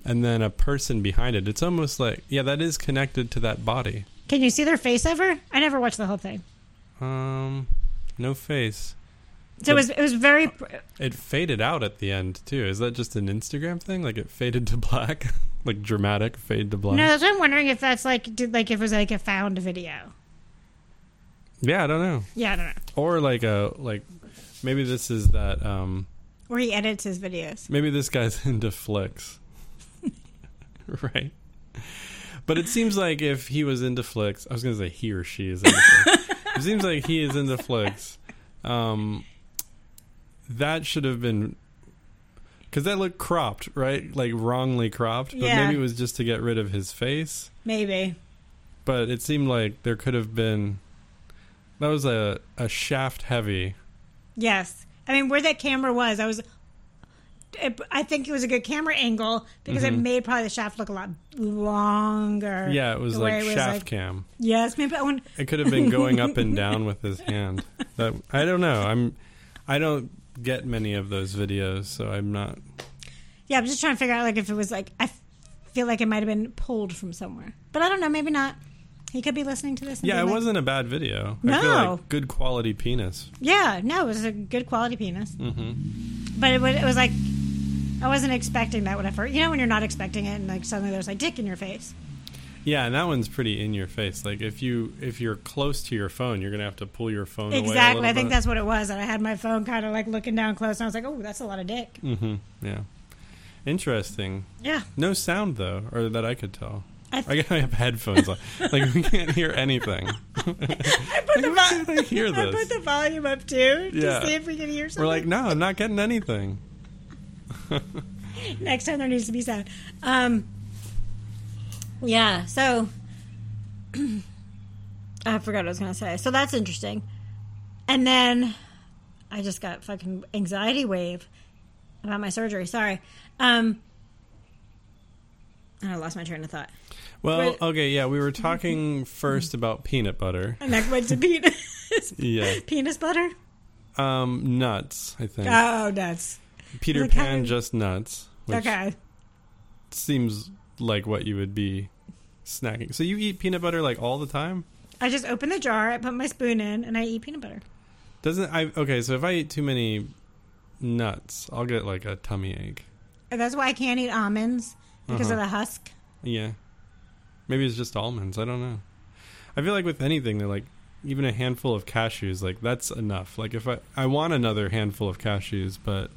B: and then a person behind it. It's almost like yeah, that is connected to that body.
A: Can you see their face ever? I never watched the whole thing.
B: Um, no face.
A: So it was it was
B: Uh,
A: very
B: It faded out at the end too. Is that just an Instagram thing? Like it faded to black, [LAUGHS] like dramatic fade to black.
A: no. That's why I'm wondering if that's like did like if it was like a found video.
B: Yeah, I don't know.
A: Yeah, I don't know.
B: Or like a like maybe this is that um
A: Or he edits his videos.
B: Maybe this guy's [LAUGHS] into flicks. right. But it seems like if he was into flicks, I was going to say he or she is into flicks. It seems like he is into flicks. Um, that should have been. Because that looked cropped, right? Like wrongly cropped. But
A: Yeah.
B: maybe it was just to get rid of his face.
A: Maybe.
B: But it seemed like there could have been. That was a, a shaft heavy
A: Yes. I mean, where that camera was, I was. It, I think it was a good camera angle because it made probably the shaft look a lot longer.
B: Mm-hmm. Yeah, it was
A: the way
B: like
A: it was,
B: shaft
A: like-
B: cam.
A: Yes, maybe I wouldn't-
B: It could have been going up and down with
A: [LAUGHS]
B: his hand. That I don't know. I'm I don't get many of those videos, so I'm not.
A: Yeah, I'm just trying to figure out like if it was like I f- feel like it might have been pulled from somewhere, but I don't know. Maybe not. He could be listening to this. and
B: Yeah,
A: being
B: it
A: like-
B: wasn't a bad video. I feel
A: No.
B: like good quality penis.
A: Yeah, no, it was a good quality penis,
B: Mm-hmm.
A: but it was, it was like I wasn't expecting that. Whatever, you know, when you're not expecting it, and like suddenly there's like dick in your face.
B: Yeah, and that one's pretty in your face. Like if you if you're close to your phone, you're gonna have to pull your phone.
A: Exactly.
B: Away
A: I think that's what it was. And I had my phone kind of like looking down close, and I was like, "Oh, that's a lot of dick."
B: hmm Yeah. Interesting.
A: Yeah.
B: No sound though, or that I could tell.
A: I
B: I gotta have headphones on. Like we can't hear anything.
A: I put, the,
B: Like,
A: vo-
B: we can't
A: [LAUGHS]
B: hear
A: I
B: this.
A: put the volume up too to
B: Yeah.
A: see if we can hear something.
B: We're like, no, I'm not getting anything.
A: Next time there needs to be sound. Um, yeah. So [CLEARS THROAT] I forgot what I was gonna say. So that's interesting. And then I just got fucking anxiety wave about my surgery. Sorry. Um, and I lost my train of thought.
B: Well,
A: But-
B: okay, yeah, we
A: [LAUGHS]
B: were talking first about peanut butter.
A: And that
B: [LAUGHS]
A: went to penis.
B: Yeah.
A: penis butter.
B: Um, nuts, I think.
A: Oh, nuts.
B: Peter
A: the
B: Pan
A: kind-
B: just nuts, which
A: Okay.
B: seems like what you would be snacking. So you eat peanut butter like all the time?
A: I just open the jar, I put my spoon in, and I eat peanut butter.
B: Doesn't I Okay, so if I eat too many nuts, I'll get like a tummy ache. Uh-huh.
A: And that's why I can't eat almonds because of the husk.
B: Yeah. Maybe it's just almonds, I don't know. I feel like with anything, they're like even a handful of cashews, like that's enough. Like if I I want another handful of cashews, but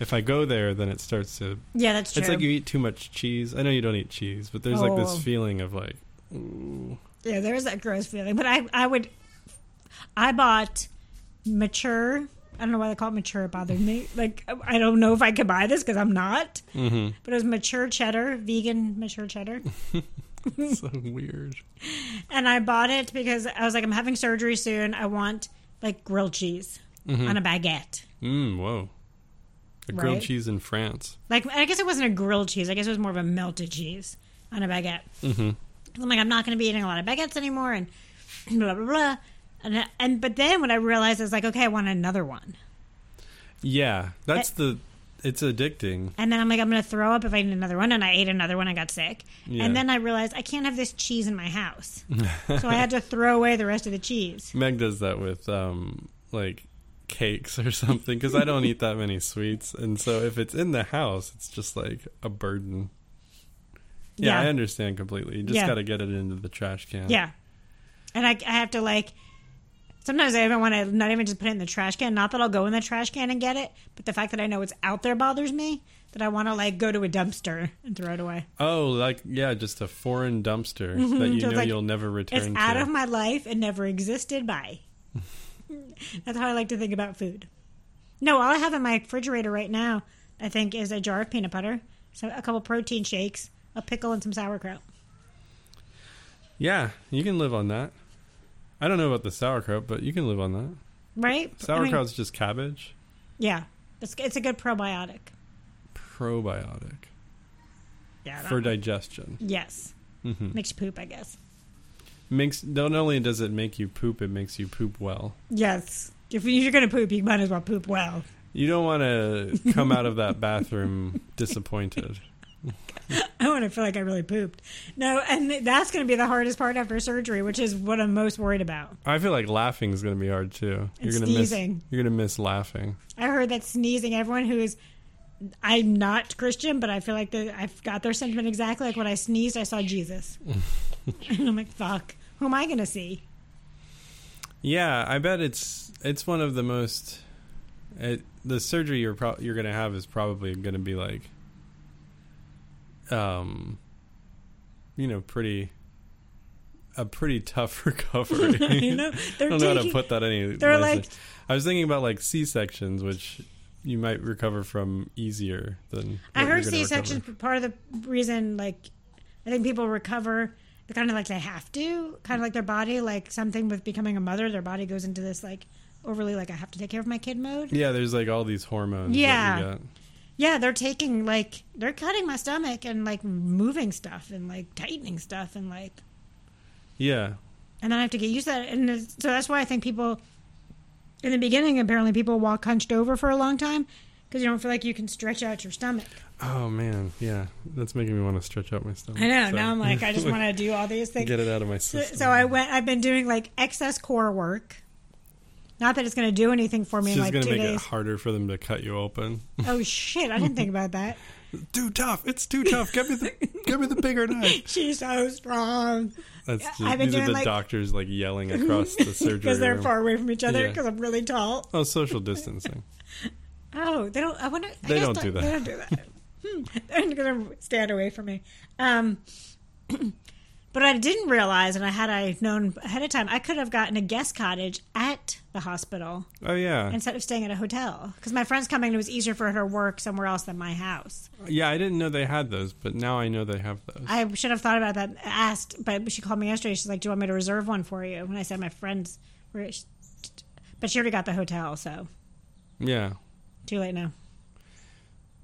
B: if I go there, then it starts to
A: Yeah, that's true.
B: It's like you eat too much cheese. I know you don't eat cheese, but there's like
A: Oh.
B: this feeling
A: [LAUGHS]
B: of like, ooh.
A: yeah, there's that gross feeling. But I, I would, I bought mature. I don't know why they call it mature. It bothered me. Like I don't know if I could buy this because I'm not.
B: Mhm.
A: But it was mature cheddar, vegan mature
B: [LAUGHS]
A: cheddar,
B: so weird.
A: and I bought it because I was like, I'm having surgery soon. I want like grilled cheese
B: Mm-hmm.
A: on a baguette.
B: Mm, whoa. A grilled
A: Right?
B: cheese in France.
A: Like I guess it wasn't a grilled cheese. I guess it was more of a melted cheese on a baguette.
B: Mhm.
A: I'm like, I'm not going to be eating a lot of baguettes anymore, and blah blah blah. And and but then when I realized, I was like, okay, I want another one.
B: Yeah,
A: Eh.
B: that's the. It's addicting.
A: And then I'm like, I'm going to throw up if I eat another one. And I ate another one. I got sick.
B: Yeah.
A: And then I realized I can't have this cheese in my
B: [LAUGHS]
A: house, so I had to throw away the rest of the cheese.
B: Meg does that with um like cakes or [LAUGHS] something because I don't eat that many sweets, and so if it's in the house, it's just like a burden. Yeah,
A: Yeah.
B: I understand completely. You just
A: Yeah.
B: got to get it into the trash can.
A: Yeah. And I, I have to like. Sometimes I even want to not even just put it in the trash can. Not that I'll go in the trash can and get it, but the fact that I know it's out there bothers me. That I want to like go to a dumpster and throw it away.
B: Oh, like yeah, just a foreign dumpster that you
A: So
B: know
A: it's Mm-hmm, like,
B: you'll never return.
A: It's
B: to.
A: out of my life and never existed. Bye. [LAUGHS] That's how I like to think about food. No, all I have in my refrigerator right now, I think, is a jar of peanut butter, so a couple protein shakes, a pickle, and some sauerkraut.
B: Yeah, you can live on that. I don't know about the sauerkraut, but you can live on that.
A: Right? I mean,
B: Sauerkraut's just cabbage.
A: yeah, it's it's a good probiotic.
B: Probiotic
A: Yeah.
B: for
A: that-
B: digestion.
A: yes,
B: hmm
A: makes you poop, I guess.
B: Makes not only does it make you poop, it makes you poop well.
A: Yes, if you're gonna poop, you might as well poop well. [LAUGHS]
B: You don't want to come out of that bathroom disappointed.
A: I want to feel like I really pooped. No, and that's gonna be the hardest part after surgery, which is what I'm most worried about.
B: I feel like laughing is going to be hard too.
A: And
B: gonna
A: sneezing.
B: miss. You're going to miss laughing.
A: I heard that sneezing. Everyone who is, I'm not Christian, but I feel like the, I've got their sentiment exactly. Like when I sneezed, I saw Jesus, [LAUGHS] and I'm like, "Fuck, who am I gonna see?" [LAUGHS]
B: Yeah, I bet it's it's one of the most. It, the surgery you're pro- you're gonna have is probably gonna be like, um, you know, pretty a pretty tough [LAUGHS] recovery.
A: you know,
B: I
A: they're
B: don't know how to
A: taking.
B: put that any.
A: they're
B: nicer.
A: like-
B: I was thinking about like C sections, which you might recover from easier than.
A: I
B: what you're
A: heard
B: gonna
A: C-section
B: recover.
A: part of the reason. Like, I think people recover. They're kind of like they have to, kind of like their body, like something with becoming a mother. Their body goes into this like overly like I have to take care of my kid mode.
B: Yeah, there's like all these hormones. that you
A: Yeah.
B: got.
A: Yeah, they're taking like they're cutting my stomach and like moving stuff and like tightening stuff and like
B: Yeah.
A: and then I have to get used to that. And it's- so that's why I think people in the beginning apparently people walk hunched over for a long time because you don't feel like you can stretch out your stomach.
B: Oh man, yeah. That's making me want to stretch out my stomach.
A: I know.
B: Mm, So-
A: Now I'm like
B: [LAUGHS]
A: I just want to do all these things.
B: get it out of my
A: So,
B: system.
A: so I went. I've been doing like excess core work. Not that it's going to do anything for me
B: It's
A: in like
B: just gonna
A: two
B: make it
A: days.
B: [LAUGHS] harder for them to cut you open. [LAUGHS]
A: Oh shit! I didn't think about that.
B: too tough. It's too tough. Give me the give me the
A: [LAUGHS]
B: bigger knife.
A: She's so strong
B: That's just,
A: I've been
B: these are
A: doing,
B: the
A: like-
B: doctors like
A: [LAUGHS]
B: yelling across the surgery
A: because they're
B: room.
A: far away from each other
B: Yeah.
A: because I'm really tall.
B: Oh, social distancing.
A: Oh, they don't. I wonder. I
B: They
A: guess
B: don't do that.
A: They don't do that. Hmm, [LAUGHS] they're going to stand away from me. Um, [CLEARS THROAT] but I didn't realize, and I had I known ahead of time, I could have gotten a guest cottage at the hospital
B: Oh yeah,
A: instead of staying at a hotel because my friend's coming. and It was easier for her to work somewhere else than my house.
B: yeah. I didn't know they had those, but now I know they have those.
A: I should have thought about that. Asked, but she called me yesterday. She's like, "Do you want me to reserve one for you?" And I said, "My friends," were, but she already got the hotel, so
B: Yeah,
A: too late now.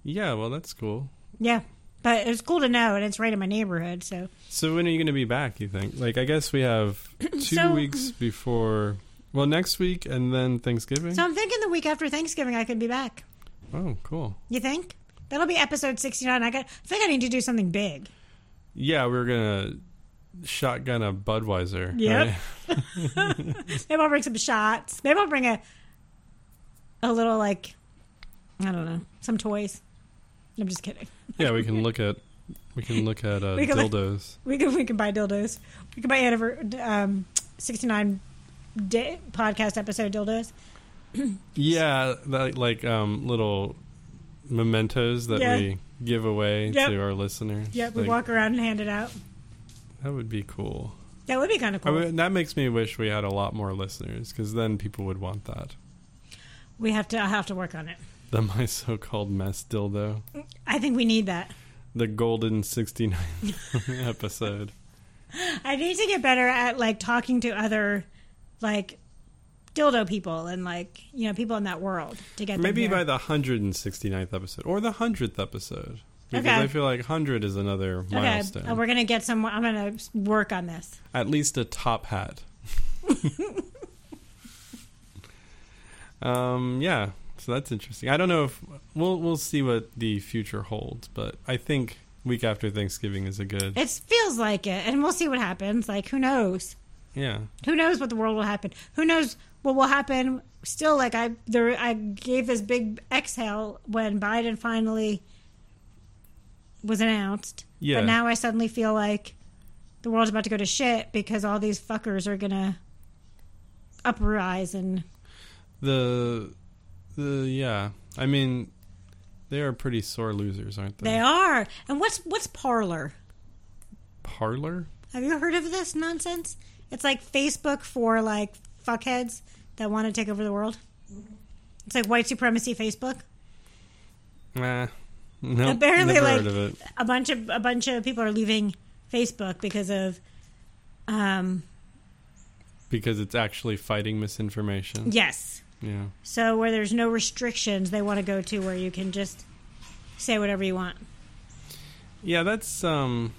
B: yeah. Well, that's cool.
A: Yeah, but it was cool to know, and it's right in my neighborhood. So
B: So when are you going to be back? You think? Like, I guess
A: [CLEARS THROAT]
B: we have two
A: So-
B: weeks before. Well, next week and then Thanksgiving.
A: so I'm thinking the week after Thanksgiving I could be back.
B: oh, cool.
A: You think that'll be episode 69? I got. I think I need to do something big.
B: Yeah, we're gonna shotgun a Budweiser.
A: Yep.
B: right? [LAUGHS]
A: Maybe I'll bring some shots. Maybe I'll bring a a little like I don't know some toys. I'm just kidding.
B: Yeah, we can look at we can look at uh,
A: [LAUGHS] We can look-
B: dildos.
A: We can we can buy dildos. We can buy anniver- um, sixty nine day podcast episode dildos.
B: Yeah, that, like um, little mementos that
A: Yeah.
B: we give away
A: Yep.
B: to our listeners.
A: Yeah, we
B: Like,
A: walk around and hand it out.
B: That would be cool.
A: That would be kind of
B: I
A: cool.
B: would- that makes me wish we had a lot more listeners because then people would want that.
A: we have to. I have to work on it.
B: The [LAUGHS] my so-called mess dildo,
A: I think we need that.
B: the golden 69 [LAUGHS] episode.
A: I need to get better at like talking to other like dildo people and like you know people in that world to get them
B: Maybe
A: here.
B: by the 169th episode or the 100th episode. Because
A: Okay.
B: I feel like 100 is another
A: Okay,
B: milestone.
A: uh, we're gonna get some. I'm gonna work on this.
B: At least a
A: [LAUGHS]
B: top hat. um, yeah, so that's interesting. I don't know if we'll we'll see what the future holds, but I think week after Thanksgiving is a good.
A: It feels like it, and we'll see what happens. Like who knows.
B: Yeah,
A: who knows what the world will happen who knows what will happen still like i there i gave this big exhale when biden finally was announced
B: yeah.
A: but now i suddenly feel like the world's about to go to shit because all these fuckers are gonna uprise and
B: the the yeah, I mean, they are pretty sore losers, aren't they?
A: they are and what's what's parlor
B: Parlor.
A: have you heard of this nonsense it's like facebook for like fuckheads that want to take over the world it's like white supremacy facebook
B: Nah. No,
A: [LAUGHS] Apparently,
B: never
A: like-
B: heard of it.
A: a bunch of a bunch of people are leaving Facebook because of um
B: because it's actually fighting misinformation.
A: yes.
B: Yeah.
A: So where there's no restrictions, they want to go to where you can just say whatever you want.
B: Yeah, that's um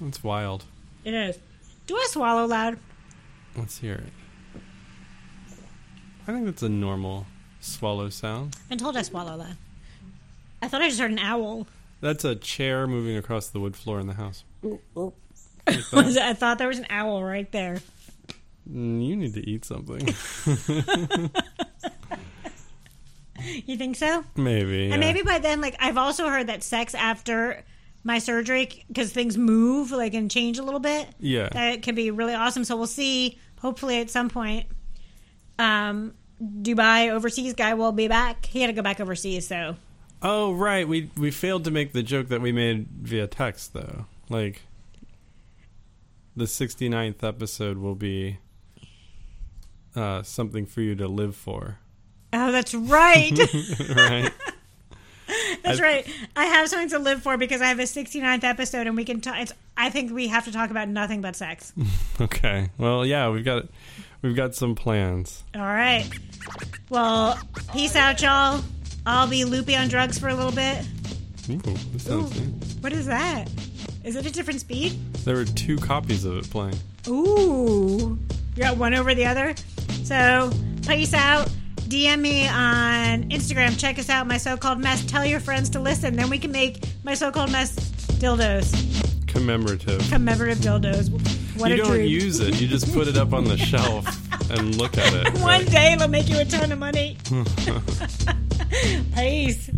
B: that's wild.
A: It is. Do I swallow loud?
B: Let's hear it. I think that's a normal swallow sound.
A: I've been told I swallow loud. I thought I just heard an owl.
B: That's a chair moving across the wood floor in the house.
A: Was it- [LAUGHS] I thought there was an owl right there.
B: Mm, You need to eat something. [LAUGHS]
A: You think so?
B: maybe. yeah.
A: And maybe by then, like I've also heard that sex after my surgery, because things move like and change a little bit,
B: Yeah.
A: that it can be really awesome. So we'll see. Hopefully, at some point, um, Dubai overseas guy will be back. He had to go back overseas, so
B: oh right, we we failed to make the joke that we made via text though. Like the 69th episode will be uh, something for you to live for, [LAUGHS]
A: oh, that's right, [LAUGHS]
B: right? [LAUGHS]
A: that's right. I have something to live for because I have a 69th episode, and we can. T- it's, I think we have to talk about nothing but sex.
B: Okay. Well, yeah, we've got We've got some plans.
A: All right. Well, peace out, y'all. I'll be loopy on drugs for a little bit.
B: Ooh, this sounds
A: Ooh,
B: nice.
A: What is that? Is it a different speed?
B: There were two copies of it playing.
A: Ooh. You got one over the other? So, peace out. DM me on Instagram. Check us out, My So Called Mess. Tell your friends to listen. Then we can make My So Called Mess dildos,
B: Commemorative.
A: commemorative dildos. What
B: you
A: a
B: don't
A: dream.
B: use it. You just put it up on the
A: [LAUGHS]
B: shelf and look at it. [LAUGHS]
A: one day it'll make you a ton of money. [LAUGHS] peace.